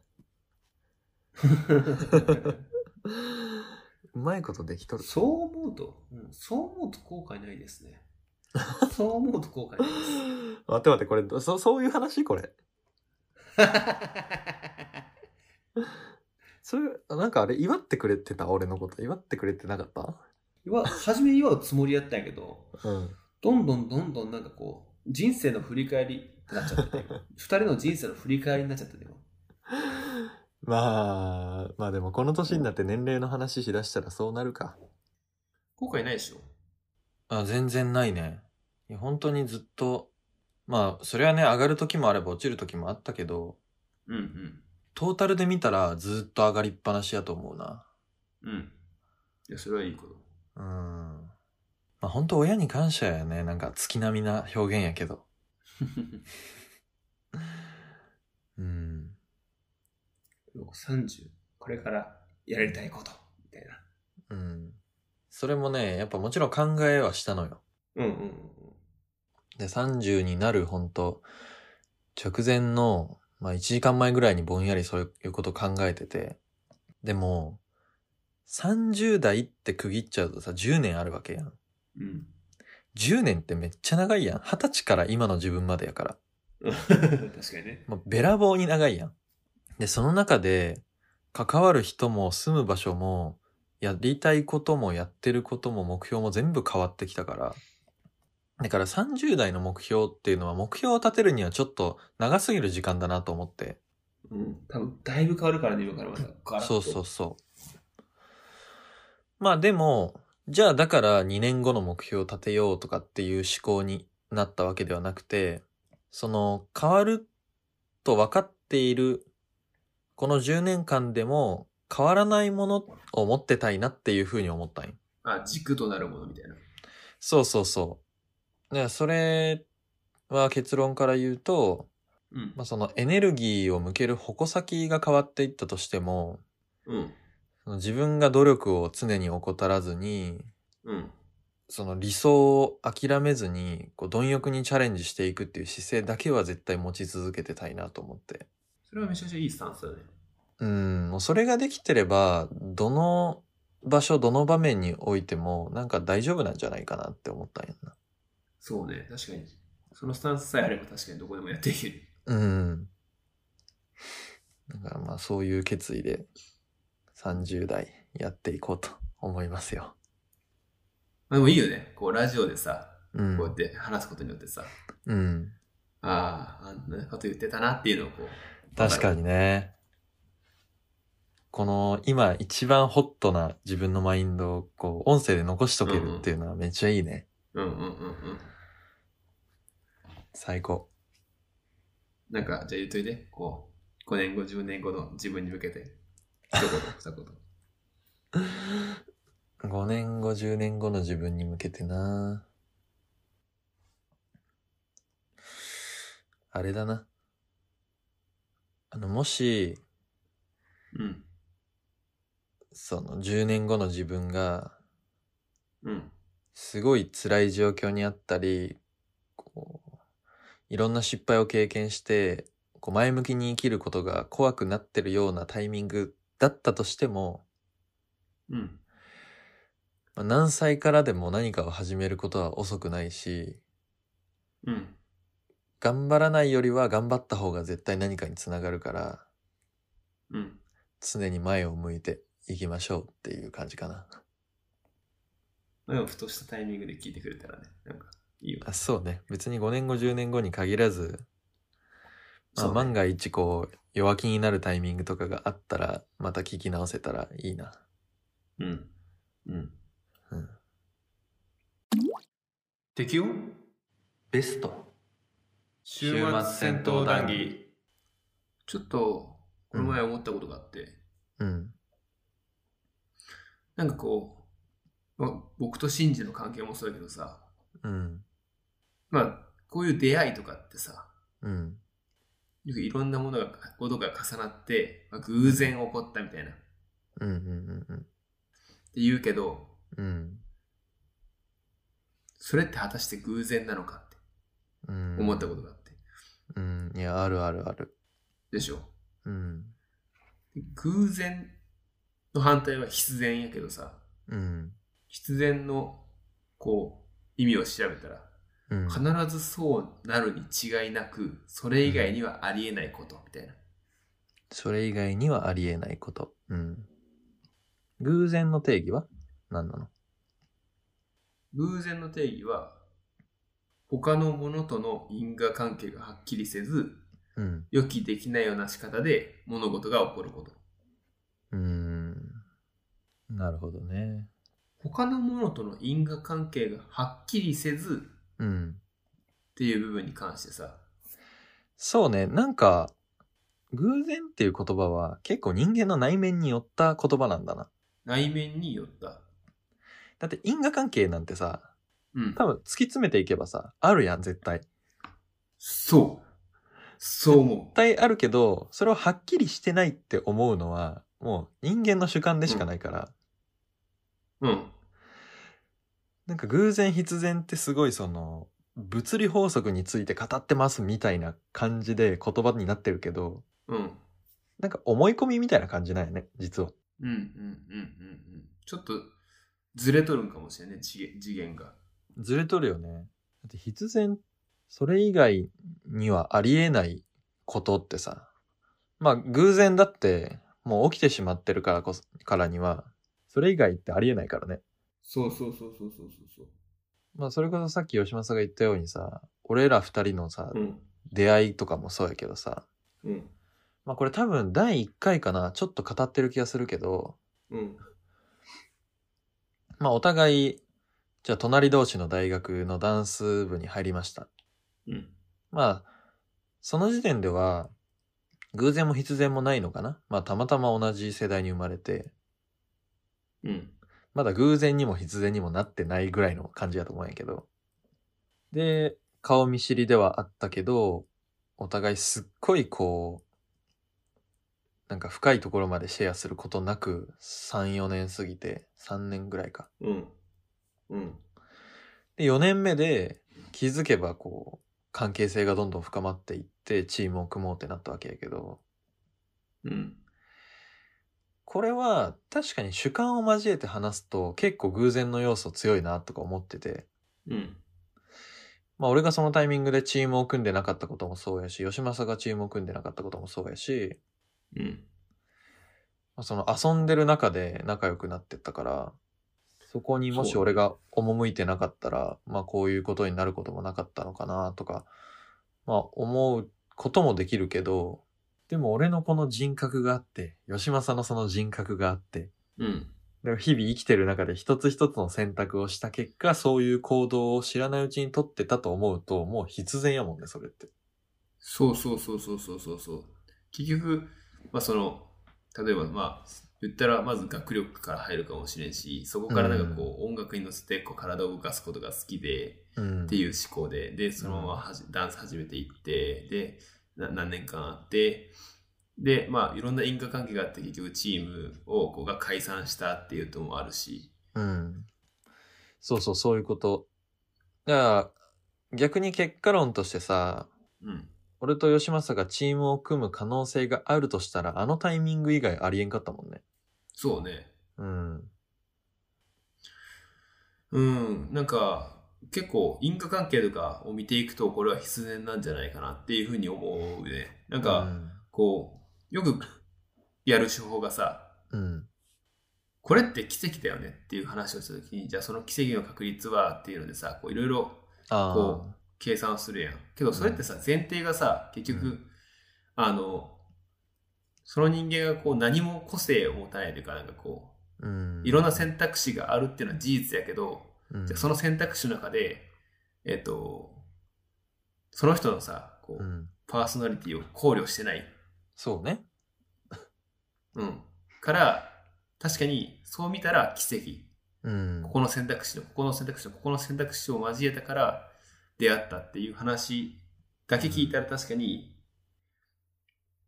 [SPEAKER 1] うまいことできとる。
[SPEAKER 2] そう思うと、うん、そう思うと後悔ないですね。そう思うと後悔ない です。
[SPEAKER 1] 待って待って、これ、どそそういう話これ。そういう、あなんかあれ、祝ってくれてた俺のこと。祝ってくれてなかっ
[SPEAKER 2] は初め祝うつもりやったんやけど、
[SPEAKER 1] たうん。
[SPEAKER 2] どんどんどんどんなんかこう、人生の振り返りってなっちゃってて、二人の人生の振り返りになっちゃってて、今
[SPEAKER 1] まあ、まあでもこの年になって年齢の話しだしたらそうなるか。
[SPEAKER 2] 後悔ないでしょ。
[SPEAKER 1] あ、全然ないね。いや、本当にずっと、まあ、それはね、上がる時もあれば落ちる時もあったけど、
[SPEAKER 2] うん
[SPEAKER 1] トータルで見たらずっと上がりっぱなしやと思うな。
[SPEAKER 2] うん。うん。いや、それはいいこと。
[SPEAKER 1] うん。まあ本当親に感謝やね。なんか月並みな表現やけど。うん。
[SPEAKER 2] 僕30、これからやりたいこと、みたいな。
[SPEAKER 1] うん。それもね、やっぱもちろん考えはしたのよ。
[SPEAKER 2] うんうんうん
[SPEAKER 1] で、30になるほんと、直前の、まあ1時間前ぐらいにぼんやりそういうこと考えてて。でも、30代って区切っちゃうとさ、10年あるわけやん。
[SPEAKER 2] うん。うん。
[SPEAKER 1] 10年ってめっちゃ長いやん。20歳から今の自分までやから。
[SPEAKER 2] 確かにね。
[SPEAKER 1] まあ、べらぼうに長いやん。で、その中で、関わる人も住む場所も、やりたいこともやってることも目標も全部変わってきたから。だから30代の目標っていうのは目標を立てるにはちょっと長すぎる時間だなと思って。
[SPEAKER 2] うん。多分、だいぶ変わるからね、今からまた。ガラッ
[SPEAKER 1] そう
[SPEAKER 2] と
[SPEAKER 1] そうそう。まあでも、じゃあだから2年後の目標を立てようとかっていう思考になったわけではなくて、その変わると分かっているこの10年間でも変わらないものを持ってたいなっていうふうに思ったんよ
[SPEAKER 2] あ、軸となるものみたいな。
[SPEAKER 1] そうそうそう。だからそれは結論から言うと、
[SPEAKER 2] うん
[SPEAKER 1] まあ、そのエネルギーを向ける矛先が変わっていったとしても、
[SPEAKER 2] うん。
[SPEAKER 1] その自分が努力を常に怠らずに、
[SPEAKER 2] うん。
[SPEAKER 1] その理想を諦めずに、こう貪欲にチャレンジしていくっていう姿勢だけは絶対持ち続けてたいなと思って。
[SPEAKER 2] それはめちゃくちゃいいスタンスだね。
[SPEAKER 1] うん、もうそれができてれば、どの場所、どの場面においても、なんか大丈夫なんじゃないかなって思ったんやな。
[SPEAKER 2] そうね、確かに。そのスタンスさえあれば確かにどこでもやっていける。
[SPEAKER 1] うん。だからまあそういう決意で、30代やっていこうと思いますよ。
[SPEAKER 2] まあでもいいよね。こう、ラジオでさ、
[SPEAKER 1] う
[SPEAKER 2] こうやっ
[SPEAKER 1] ん。
[SPEAKER 2] て話すことによってさ、
[SPEAKER 1] うん。
[SPEAKER 2] ああ、あんなこと言ってたなっていうのをこう。
[SPEAKER 1] 確かにね。この今一番ホットな自分のマインドをこう音声で残しとけるっていうのはめっちゃいいね。
[SPEAKER 2] うんうんうんうん。
[SPEAKER 1] 最高。
[SPEAKER 2] なんか、じゃあ言っといて、こう、5年後、10年後の自分に向けて、一言、 二言。
[SPEAKER 1] 5年後、10年後の自分に向けてな。あれだな。あの、もし、
[SPEAKER 2] うん。
[SPEAKER 1] その10年後の自分が
[SPEAKER 2] うん。
[SPEAKER 1] すごい辛い状況にあったり、こう、いろんな失敗を経験して、こう前向きに生きることが怖くなってるようなタイミングだったとしても、
[SPEAKER 2] うん。
[SPEAKER 1] まあ何歳からでも何かを始めることは遅くないし、
[SPEAKER 2] うん。
[SPEAKER 1] 頑張らないよりは頑張った方が絶対何かにつながるから、
[SPEAKER 2] うん。
[SPEAKER 1] 常に前を向いていきましょうっていう感じかな。
[SPEAKER 2] まあでも、ふとしたタイミングで聞いてくれたらね、なんか、いいよ。
[SPEAKER 1] あそうね。別に5年後、10年後に限らず、まあ、
[SPEAKER 2] そうね
[SPEAKER 1] 万が一こう、弱気になるタイミングとかがあったら、また聞き直せたらいいな。
[SPEAKER 2] うん。うん。
[SPEAKER 1] うん。
[SPEAKER 2] 適用
[SPEAKER 1] ベスト。
[SPEAKER 2] 週
[SPEAKER 1] 末戦闘談義
[SPEAKER 2] ちょっとこの前思ったことがあって、
[SPEAKER 1] うん。
[SPEAKER 2] なんかこう、まあ、僕とシンジの関係もそうだけどさ
[SPEAKER 1] うん。
[SPEAKER 2] まあこういう出会いとかってさ
[SPEAKER 1] うん。
[SPEAKER 2] よくいろんなものがことが重なって、まあ、偶然起こったみたいなっ
[SPEAKER 1] うん。うん。うん。
[SPEAKER 2] て言うけど
[SPEAKER 1] うん。
[SPEAKER 2] それって果たして偶然なのかって
[SPEAKER 1] うん。
[SPEAKER 2] 思ったことがあって、
[SPEAKER 1] うん。いや、あるあるある。
[SPEAKER 2] でしょ
[SPEAKER 1] うん。
[SPEAKER 2] 偶然の反対は必然やけどさ
[SPEAKER 1] うん。
[SPEAKER 2] 必然のこう意味を調べたら
[SPEAKER 1] うん。
[SPEAKER 2] 必ずそうなるに違いなくそれ以外にはありえないことみたいな
[SPEAKER 1] それ以外にはありえないこと。うん。偶然の定義は何なの
[SPEAKER 2] 偶然の定義は他のものとの因果関係がはっきりせず
[SPEAKER 1] うん。
[SPEAKER 2] 予期できないような仕方で物事が起こること
[SPEAKER 1] うん。なるほどね。
[SPEAKER 2] 他のものとの因果関係がはっきりせず
[SPEAKER 1] うん。
[SPEAKER 2] っていう部分に関してさ
[SPEAKER 1] そうね、なんか、偶然っていう言葉は結構人間の内面によった言葉なんだな。
[SPEAKER 2] 内面によった
[SPEAKER 1] だって因果関係なんてさ、
[SPEAKER 2] うん
[SPEAKER 1] 多分突き詰めていけばさ、あるやん、絶対。絶
[SPEAKER 2] そうそう思う
[SPEAKER 1] 対あるけど、それをはっきりしてないって思うのは、もう人間の主観でしかないから、
[SPEAKER 2] うん
[SPEAKER 1] なんか偶然必然ってすごいその、物理法則について語ってますみたいな感じで言葉になってるけど、
[SPEAKER 2] うん
[SPEAKER 1] なんか思い込みみたいな感じなんやね、実は。
[SPEAKER 2] うんうんうんうんうんちょっとずれとるんかもしれない次元次元が
[SPEAKER 1] ずれとるよね。だって必然、それ以外にはありえないことってさ、まあ偶然だって、もう起きてしまってるからこそ、からには、それ以外ってありえないからね。
[SPEAKER 2] そうそうそうそうそうそう
[SPEAKER 1] まあそれこそさっき吉正が言ったようにさ、俺ら二人のさ、
[SPEAKER 2] そう。うん。
[SPEAKER 1] 出会いとかもそうやけどさ、
[SPEAKER 2] うん。
[SPEAKER 1] まあこれ多分第1回かな、ちょっと語ってる気がするけど、
[SPEAKER 2] うん。
[SPEAKER 1] まあお互い、じゃあ隣同士の大学のダンス部に入りました。
[SPEAKER 2] うん。
[SPEAKER 1] まあ、その時点では、偶然も必然もないのかなまあたまたま同じ世代に生まれて、
[SPEAKER 2] うん。
[SPEAKER 1] まだ偶然にも必然にもなってないぐらいの感じやと思うんやけど。で、顔見知りではあったけど、お互いすっごいこう、なんか深いところまでシェアすることなく、3、4年過ぎて、3年ぐらいか。
[SPEAKER 2] うん。うん。
[SPEAKER 1] で、4年目で気づけばこう、関係性がどんどん深まっていって、チームを組もうってなったわけやけど、
[SPEAKER 2] うん。
[SPEAKER 1] これは確かに主観を交えて話すと結構偶然の要素強いなとか思ってて、
[SPEAKER 2] うん。
[SPEAKER 1] まあ俺がそのタイミングでチームを組んでなかったこともそうやし、吉政がチームを組んでなかったこともそうやし、
[SPEAKER 2] うん。
[SPEAKER 1] まあその遊んでる中で仲良くなってったから、そこにもし俺が赴いてなかったら、まあこういうことになることもなかったのかなとか、まあ思うこともできるけど、でも俺のこの人格があって、吉政のその人格があって、
[SPEAKER 2] うん。
[SPEAKER 1] でも日々生きてる中で一つ一つの選択をした結果、そういう行動を知らないうちに取ってたと思うと、もう必然やもんね、それって。
[SPEAKER 2] そうそうそうそうそうそうそう。結局、まあその、例えばまあ、言ったらまず学力から入るかもしれんし、そこからなんかこう、音楽に乗せてこう体を動かすことが好きで、
[SPEAKER 1] うん
[SPEAKER 2] っていう思考で、で、そのままはじダンス始めていって、で、な何年間あって、で、まあいろんな因果関係があって結局チームをこうが解散したっていうともあるし、
[SPEAKER 1] うん。そうそう、そういうこと。だから、逆に結果論としてさ、
[SPEAKER 2] うん。
[SPEAKER 1] 俺と吉政がチームを組む可能性があるとしたら、あのタイミング以外ありえんかったもんね。
[SPEAKER 2] そうね。
[SPEAKER 1] うん。
[SPEAKER 2] うん、なんか結構因果関係とかを見ていくとこれは必然なんじゃないかなっていうふうに思うね。なん
[SPEAKER 1] う
[SPEAKER 2] か
[SPEAKER 1] ん
[SPEAKER 2] こうよくやる手法がさ
[SPEAKER 1] うん。
[SPEAKER 2] これって奇跡だよねっていう話をした時にじゃあその奇跡の確率はっていうのでさこういろいろ
[SPEAKER 1] あ
[SPEAKER 2] こ
[SPEAKER 1] あ。
[SPEAKER 2] 計算をするやん。けどそれってさ前提がさ結局、
[SPEAKER 1] うん
[SPEAKER 2] あのその人間がこう何も個性を持たないというかなんかこ
[SPEAKER 1] うん。
[SPEAKER 2] ういろんな選択肢があるっていうのは事実やけど、
[SPEAKER 1] うん、
[SPEAKER 2] じゃあその選択肢の中で、えっと、その人のさ、こう、
[SPEAKER 1] うん。
[SPEAKER 2] パーソナリティを考慮してない。
[SPEAKER 1] そうね。
[SPEAKER 2] うん。から、確かに、そう見たら奇跡。
[SPEAKER 1] うん。
[SPEAKER 2] ここの選択肢とここの選択肢とここの選択肢を交えたから出会ったっていう話だけ聞いたら確かに、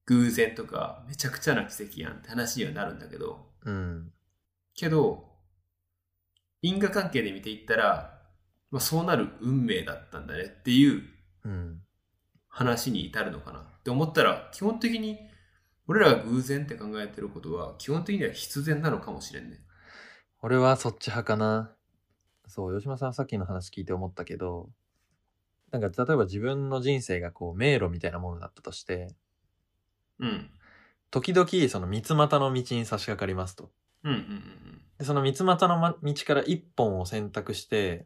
[SPEAKER 2] 偶然とかめちゃくちゃな奇跡やんって話にはなるんだけど、
[SPEAKER 1] うん。
[SPEAKER 2] けど、因果関係で見ていったら、まあ、そうなる運命だったんだねっていう
[SPEAKER 1] うん。
[SPEAKER 2] 話に至るのかなって思ったら基本的に俺らが偶然って考えてることは基本的には必然なのかもしれんね。
[SPEAKER 1] 俺はそっち派かな。そう、吉間さんさっきの話聞いて思ったけど、なんか例えば自分の人生がこう迷路みたいなものだったとして、
[SPEAKER 2] うん。
[SPEAKER 1] 時々その三つ股の道に差し掛かりますと。
[SPEAKER 2] うんうん
[SPEAKER 1] でその三つ股のま道から一本を選択して、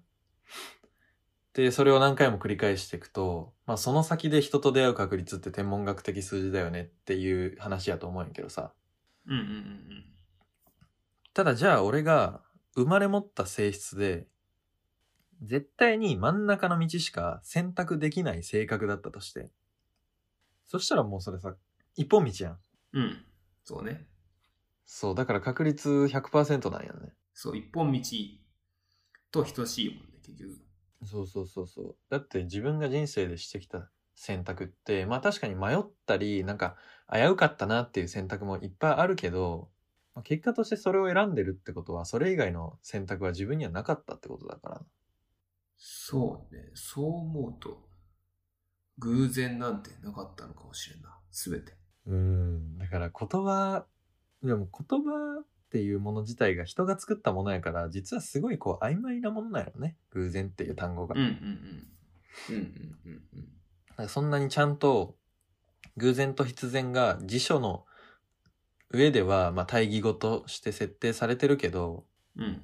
[SPEAKER 1] で、それを何回も繰り返していくと、まあその先で人と出会う確率って天文学的数字だよねっていう話やと思うんやけどさ。
[SPEAKER 2] うんうん。うんうん
[SPEAKER 1] ただじゃあ俺が生まれ持った性質で、絶対に真ん中の道しか選択できない性格だったとして。そしたらもうそれさ、一本道やん。
[SPEAKER 2] うんうん。うん。そうね。
[SPEAKER 1] そう、だから確率100%なんやね。
[SPEAKER 2] そう、一本道と等しいもんね、結局。
[SPEAKER 1] そうそうそうそう。だって自分が人生でしてきた選択って、まあ確かに迷ったり、なんか危うかったなっていう選択もいっぱいあるけど、まあ結果としてそれを選んでるってことは、それ以外の選択は自分にはなかったってことだから。
[SPEAKER 2] そうね。そう思うと、偶然なんてなかったのかもしれんな。すべて。
[SPEAKER 1] うん。だから言葉、でも言葉っっていうもの自体が人が作ったものやから実はすごいこう曖昧なものなんやろね偶然っていう単語が、
[SPEAKER 2] うんう
[SPEAKER 1] だ
[SPEAKER 2] んうん。うんうんうんうん。
[SPEAKER 1] からそんなにちゃんと偶然と必然が辞書の上ではまあ対義語として設定されてるけど
[SPEAKER 2] うん。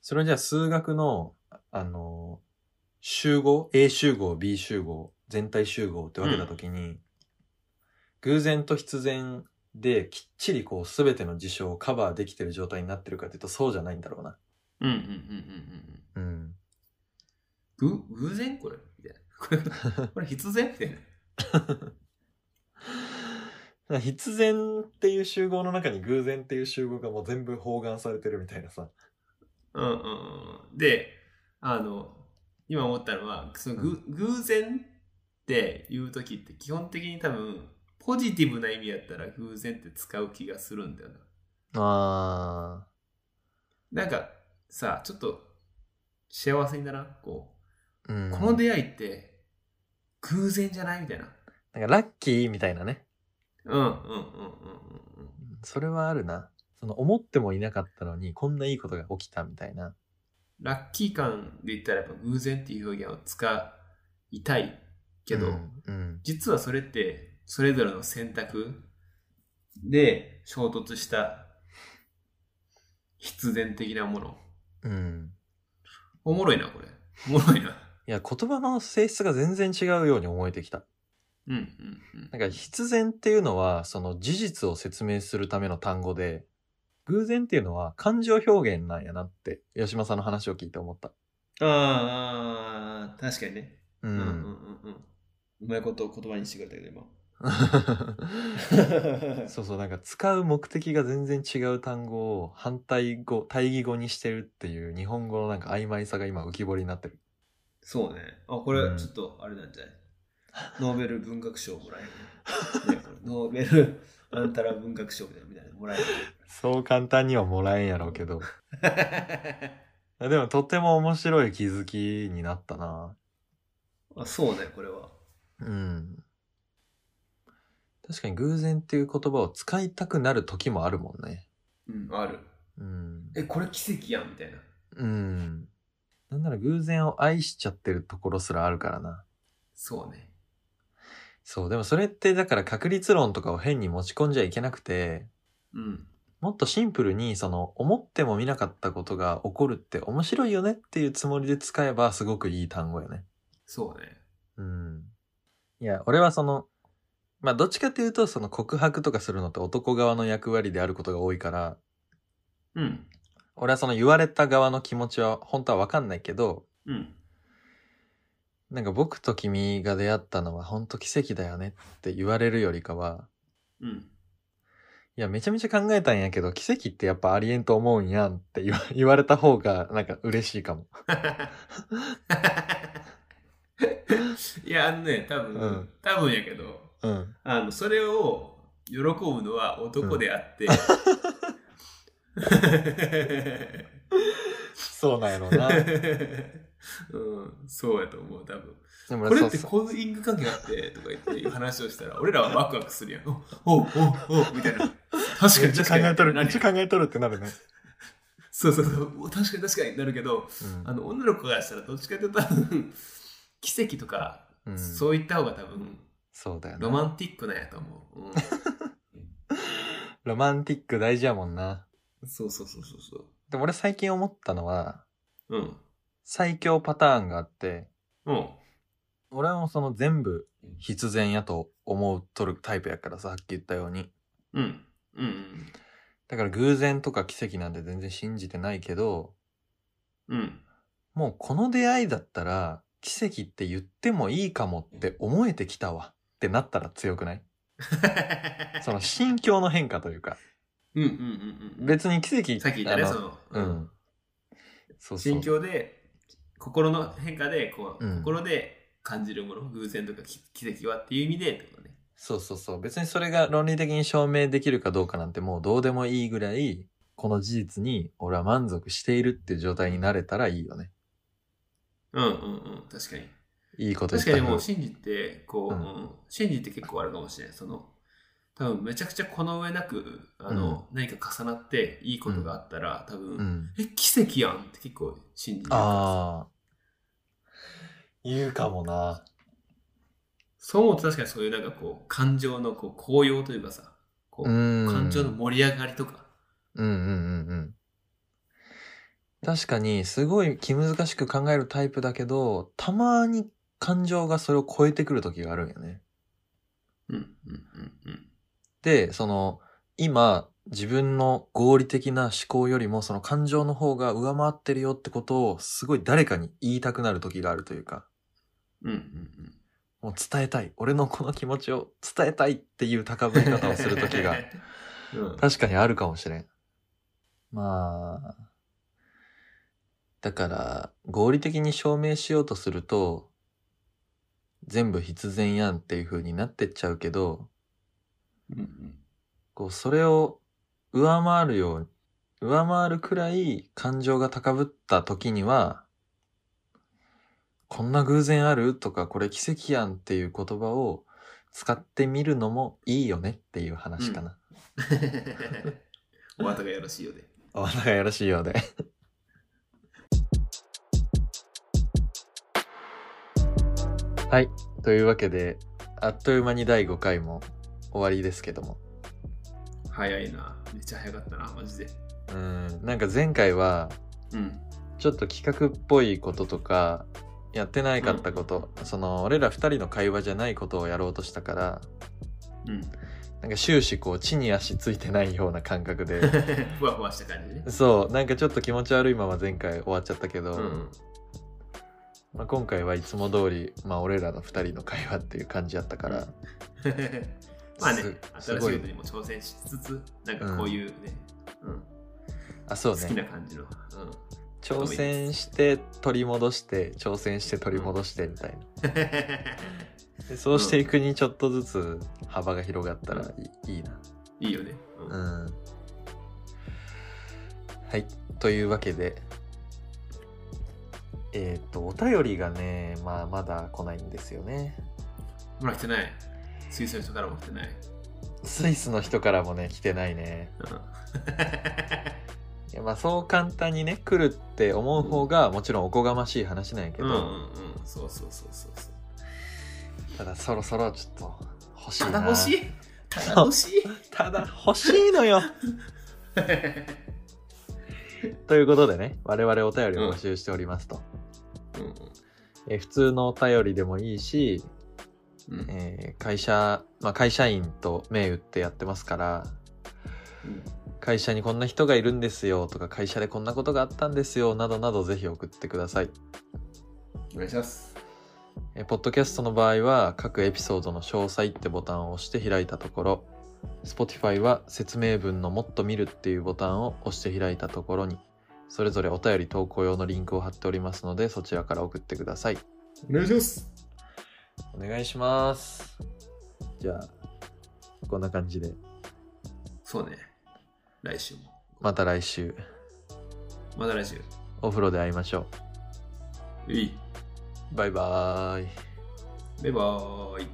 [SPEAKER 1] それじゃあ数学のあの集合 A 集合 B 集合全体集合って分けた時に、偶然と必然できっちりこう全ての事象をカバーできてる状態になってるかっていうとそうじゃないんだろうな。
[SPEAKER 2] うんうんうんうんうん
[SPEAKER 1] うん。
[SPEAKER 2] うん。ぐ偶然これみたいな。これこれ必然みたいな。
[SPEAKER 1] 必然っていう集合の中に偶然っていう集合がもう全部包含されてるみたいなさ。
[SPEAKER 2] うんうんうん。で、あの、今思ったのは、そのぐ、偶然っていう時って基本的に多分、ポジティブな意味やったら偶然って使う気がするんだよな。
[SPEAKER 1] あ
[SPEAKER 2] なんかさ、ちょっと幸せにならんこ
[SPEAKER 1] あ。うん
[SPEAKER 2] う、この出会いって偶然じゃないみたいな。
[SPEAKER 1] なんかラッキーみたいなね。
[SPEAKER 2] うんうんうんうんうんうん。
[SPEAKER 1] それはあるな。その思ってもいなかったのにこんないいことが起きたみたいな。
[SPEAKER 2] ラッキー感で言ったらやっぱ偶然っていう表現を使いたいけど、
[SPEAKER 1] うん。うん
[SPEAKER 2] 実はそれってそれぞれの選択で衝突した必然的なもの。
[SPEAKER 1] うん。
[SPEAKER 2] おもろいな、これ。おもろいな。
[SPEAKER 1] いや、言葉の性質が全然違うように思えてきた。
[SPEAKER 2] うんうんうん。
[SPEAKER 1] なんか必然っていうのは、その事実を説明するための単語で、偶然っていうのは感情表現なんやなって、吉間さんの話を聞いて思った。
[SPEAKER 2] ああ、確かにね。
[SPEAKER 1] う
[SPEAKER 2] うんうん
[SPEAKER 1] ん。
[SPEAKER 2] うんうん。うまいことを言葉にしてくれたけど、 今。
[SPEAKER 1] そうそう、なんか使う目的が全然違う単語を反対語、対義語にしてるっていう日本語のなんか曖昧さが今浮き彫りになってる。
[SPEAKER 2] そうね。あ、こ
[SPEAKER 1] う
[SPEAKER 2] れ
[SPEAKER 1] ん
[SPEAKER 2] ちょっとあれなんじゃない、ノーベル文学賞もらえ る。ねこれノーベルあんたら文学賞みたいなみたいなのもらえ る。
[SPEAKER 1] そう簡単にはもらえんやろうけど。でもとても面白い気づきになったな。
[SPEAKER 2] あそうね、これは。
[SPEAKER 1] うん。確かに偶然っていう言葉を使いたくなる時もあるもんね。
[SPEAKER 2] うん、ある。
[SPEAKER 1] うん。
[SPEAKER 2] え、これ奇跡やんみたいな。
[SPEAKER 1] うん。なんなら偶然を愛しちゃってるところすらあるからな。
[SPEAKER 2] そうね。
[SPEAKER 1] そう、でもそれってだから確率論とかを変に持ち込んじゃいけなくて、
[SPEAKER 2] うん。
[SPEAKER 1] もっとシンプルにその思っても見なかったことが起こるって面白いよねっていうつもりで使えばすごくいい単語よね。
[SPEAKER 2] そうね。
[SPEAKER 1] うん。いや、俺はその、まあ、どっちかっていうと、その告白とかするのって男側の役割であることが多いから、
[SPEAKER 2] うん。
[SPEAKER 1] 俺はその言われた側の気持ちは本当はわかんないけど、
[SPEAKER 2] うん。
[SPEAKER 1] なんか僕と君が出会ったのは本当奇跡だよねって言われるよりかは、
[SPEAKER 2] うん。
[SPEAKER 1] いや、めちゃめちゃ考えたんやけど、奇跡ってやっぱありえんと思うんやんって 言わ言われた方が、なんか嬉しいかも。
[SPEAKER 2] いや、あのね、多分、
[SPEAKER 1] うん
[SPEAKER 2] 多分やけど、
[SPEAKER 1] うん。
[SPEAKER 2] あの、それを喜ぶのは男であって、
[SPEAKER 1] そうなんやろうな。
[SPEAKER 2] うん、そうやと思う、多分。
[SPEAKER 1] でも俺
[SPEAKER 2] これ
[SPEAKER 1] そう
[SPEAKER 2] って
[SPEAKER 1] そう
[SPEAKER 2] コーディング関係あってとか言っていう話をしたら、俺らはワクワクするやん。おおおおみたいな。確か
[SPEAKER 1] めっ
[SPEAKER 2] に
[SPEAKER 1] ちゃ考
[SPEAKER 2] 確かに。
[SPEAKER 1] えとる、めっ
[SPEAKER 2] 何
[SPEAKER 1] ちゃ考えとるってなるね。
[SPEAKER 2] そうそうそう。お確かに確かになるけど、
[SPEAKER 1] うん
[SPEAKER 2] あの、女の子からしたらどっちかというと多分、 奇跡とか、
[SPEAKER 1] うん
[SPEAKER 2] そういった方が多分、
[SPEAKER 1] そうだよ
[SPEAKER 2] ロ
[SPEAKER 1] な。
[SPEAKER 2] マンティックなんやと思う。うん
[SPEAKER 1] ロマンティック大事やもんな。
[SPEAKER 2] そうそうそうそうそう。
[SPEAKER 1] でも俺最近思ったのは、
[SPEAKER 2] うん。
[SPEAKER 1] 最強パターンがあって、
[SPEAKER 2] うん。
[SPEAKER 1] 俺はもうその全部必然やと思うとるタイプやからさ、さっき言ったように。
[SPEAKER 2] うん。うん。
[SPEAKER 1] だから偶然とか奇跡なんて全然信じてないけど、
[SPEAKER 2] うん。
[SPEAKER 1] もうこの出会いだったら、奇跡って言ってもいいかもって思えてきたわってなったら強くないその心境の変化というか、
[SPEAKER 2] うんうんうんうん。
[SPEAKER 1] 別に奇跡
[SPEAKER 2] さっき言ったね、
[SPEAKER 1] あの
[SPEAKER 2] その、
[SPEAKER 1] うん。そうそう。
[SPEAKER 2] 心境で、心の変化で、こう、
[SPEAKER 1] うん
[SPEAKER 2] 心で感じるもの、偶然とかき奇跡はっていう意味で、ってことね。
[SPEAKER 1] そうそうそう。別にそれが論理的に証明できるかどうかなんてもうどうでもいいぐらい、この事実に俺は満足しているっていう状態になれたらいいよね。
[SPEAKER 2] うんうんうん、確かに。
[SPEAKER 1] いいこと言った
[SPEAKER 2] 確か
[SPEAKER 1] な
[SPEAKER 2] にもう信じて、こう、
[SPEAKER 1] うん
[SPEAKER 2] うん信じて結構あるかもしれない。その、多分めちゃくちゃこの上なく、あの、何か重なっていいことがあったら、多分、
[SPEAKER 1] うん。
[SPEAKER 2] え、奇跡やんって結構信じてる
[SPEAKER 1] ああ。言うかもな。
[SPEAKER 2] そう思うと確かにそういうなんかこう、感情のこう、高揚というかさ、こう、
[SPEAKER 1] うん。
[SPEAKER 2] 感情の盛り上がりとか。
[SPEAKER 1] うんうんうんうん。確かに、すごい気難しく考えるタイプだけど、たまに感情がそれを超えてくる時があるんよね。
[SPEAKER 2] うん、うん、うん、
[SPEAKER 1] で、その、今、自分の合理的な思考よりも、その感情の方が上回ってるよってことを、すごい誰かに言いたくなる時があるというか、
[SPEAKER 2] うん。うん、うん、
[SPEAKER 1] もう伝えたい。俺のこの気持ちを伝えたいっていう高ぶ
[SPEAKER 2] うん。
[SPEAKER 1] り方をする時が、
[SPEAKER 2] うん。
[SPEAKER 1] 確かにあるかもしれん。まあ、だから、合理的に証明しようとすると、全部必然やんっていう風になってっちゃうけど、
[SPEAKER 2] うん、 うん。
[SPEAKER 1] こう、それを上回るように、上回るくらい感情が高ぶった時には、こんな偶然あるとか、これ奇跡やんっていう言葉を使ってみるのもいいよねっていう話かな。
[SPEAKER 2] お後がよろしいようで。
[SPEAKER 1] お花がよろしいようで。 はい。というわけで、あっという間に第5回も終わりですけども。
[SPEAKER 2] 早いな。めっちゃ早かったな、マジで。
[SPEAKER 1] うん。なんか前回は、
[SPEAKER 2] うん。
[SPEAKER 1] ちょっと企画っぽいこととか、やってないかったこと、その、俺ら2人の会話じゃないことをやろうとしたから、
[SPEAKER 2] うん。
[SPEAKER 1] なんか終始こう、地に足ついてないような感覚 で、
[SPEAKER 2] ふわふわした感じね。
[SPEAKER 1] そう、なんかちょっと気持ち悪いまま前回終わっちゃったけど、
[SPEAKER 2] うん。
[SPEAKER 1] まあ、今回はいつも通り、まあ、俺らの2人の会話っていう感じやったから、
[SPEAKER 2] まあ
[SPEAKER 1] す、
[SPEAKER 2] ね
[SPEAKER 1] す
[SPEAKER 2] 新し
[SPEAKER 1] ごい
[SPEAKER 2] いことにも挑戦しつつ、なんかこういうね、うん
[SPEAKER 1] あそう
[SPEAKER 2] 好き
[SPEAKER 1] ね
[SPEAKER 2] な感じの。うん
[SPEAKER 1] 挑戦して取り戻して挑戦して取り戻してみたいな、でそうしていくにちょっとずつ幅が広がったらいい,、いいな
[SPEAKER 2] いいよね。うん
[SPEAKER 1] うんはいというわけでえっ、とお便りがね、まあ、まだ来ないんですよね
[SPEAKER 2] ほら来てない。水槽の人からも来てない。
[SPEAKER 1] スイスの人からもね来てないね いやまあそう簡単にね来るって思う方がもちろんおこがましい話なんやけ
[SPEAKER 2] う
[SPEAKER 1] ど、
[SPEAKER 2] んうんうん。そうそうそうそうそう。
[SPEAKER 1] ただそろそろちょっと欲しい
[SPEAKER 2] た
[SPEAKER 1] な
[SPEAKER 2] だ 欲しいただ欲しい
[SPEAKER 1] ただ欲しい のよということでね我々お便りを募集しておりますと、
[SPEAKER 2] うん
[SPEAKER 1] えー普通のお便りでもいいし、
[SPEAKER 2] うんうん
[SPEAKER 1] えー会社、まあ、会社員と銘打ってやってますから会社にこんな人がいるんですよとか会社でこんなことがあったんですよなどなどぜひ送ってください
[SPEAKER 2] お願いします。
[SPEAKER 1] えーポッドキャストの場合は各エピソードの詳細ってボタンを押して開いたところ Spotify は説明文のもっと見るっていうボタンを押して開いたところにそれぞれお便り投稿用のリンクを貼っておりますのでそちらから送ってください
[SPEAKER 2] お願いします。
[SPEAKER 1] お願いしますじゃあこんな感じで
[SPEAKER 2] そうね。来週も。
[SPEAKER 1] また来週
[SPEAKER 2] また来週。
[SPEAKER 1] お風呂で会いましょ
[SPEAKER 2] いい。
[SPEAKER 1] うバイバーイ
[SPEAKER 2] バイバーイ。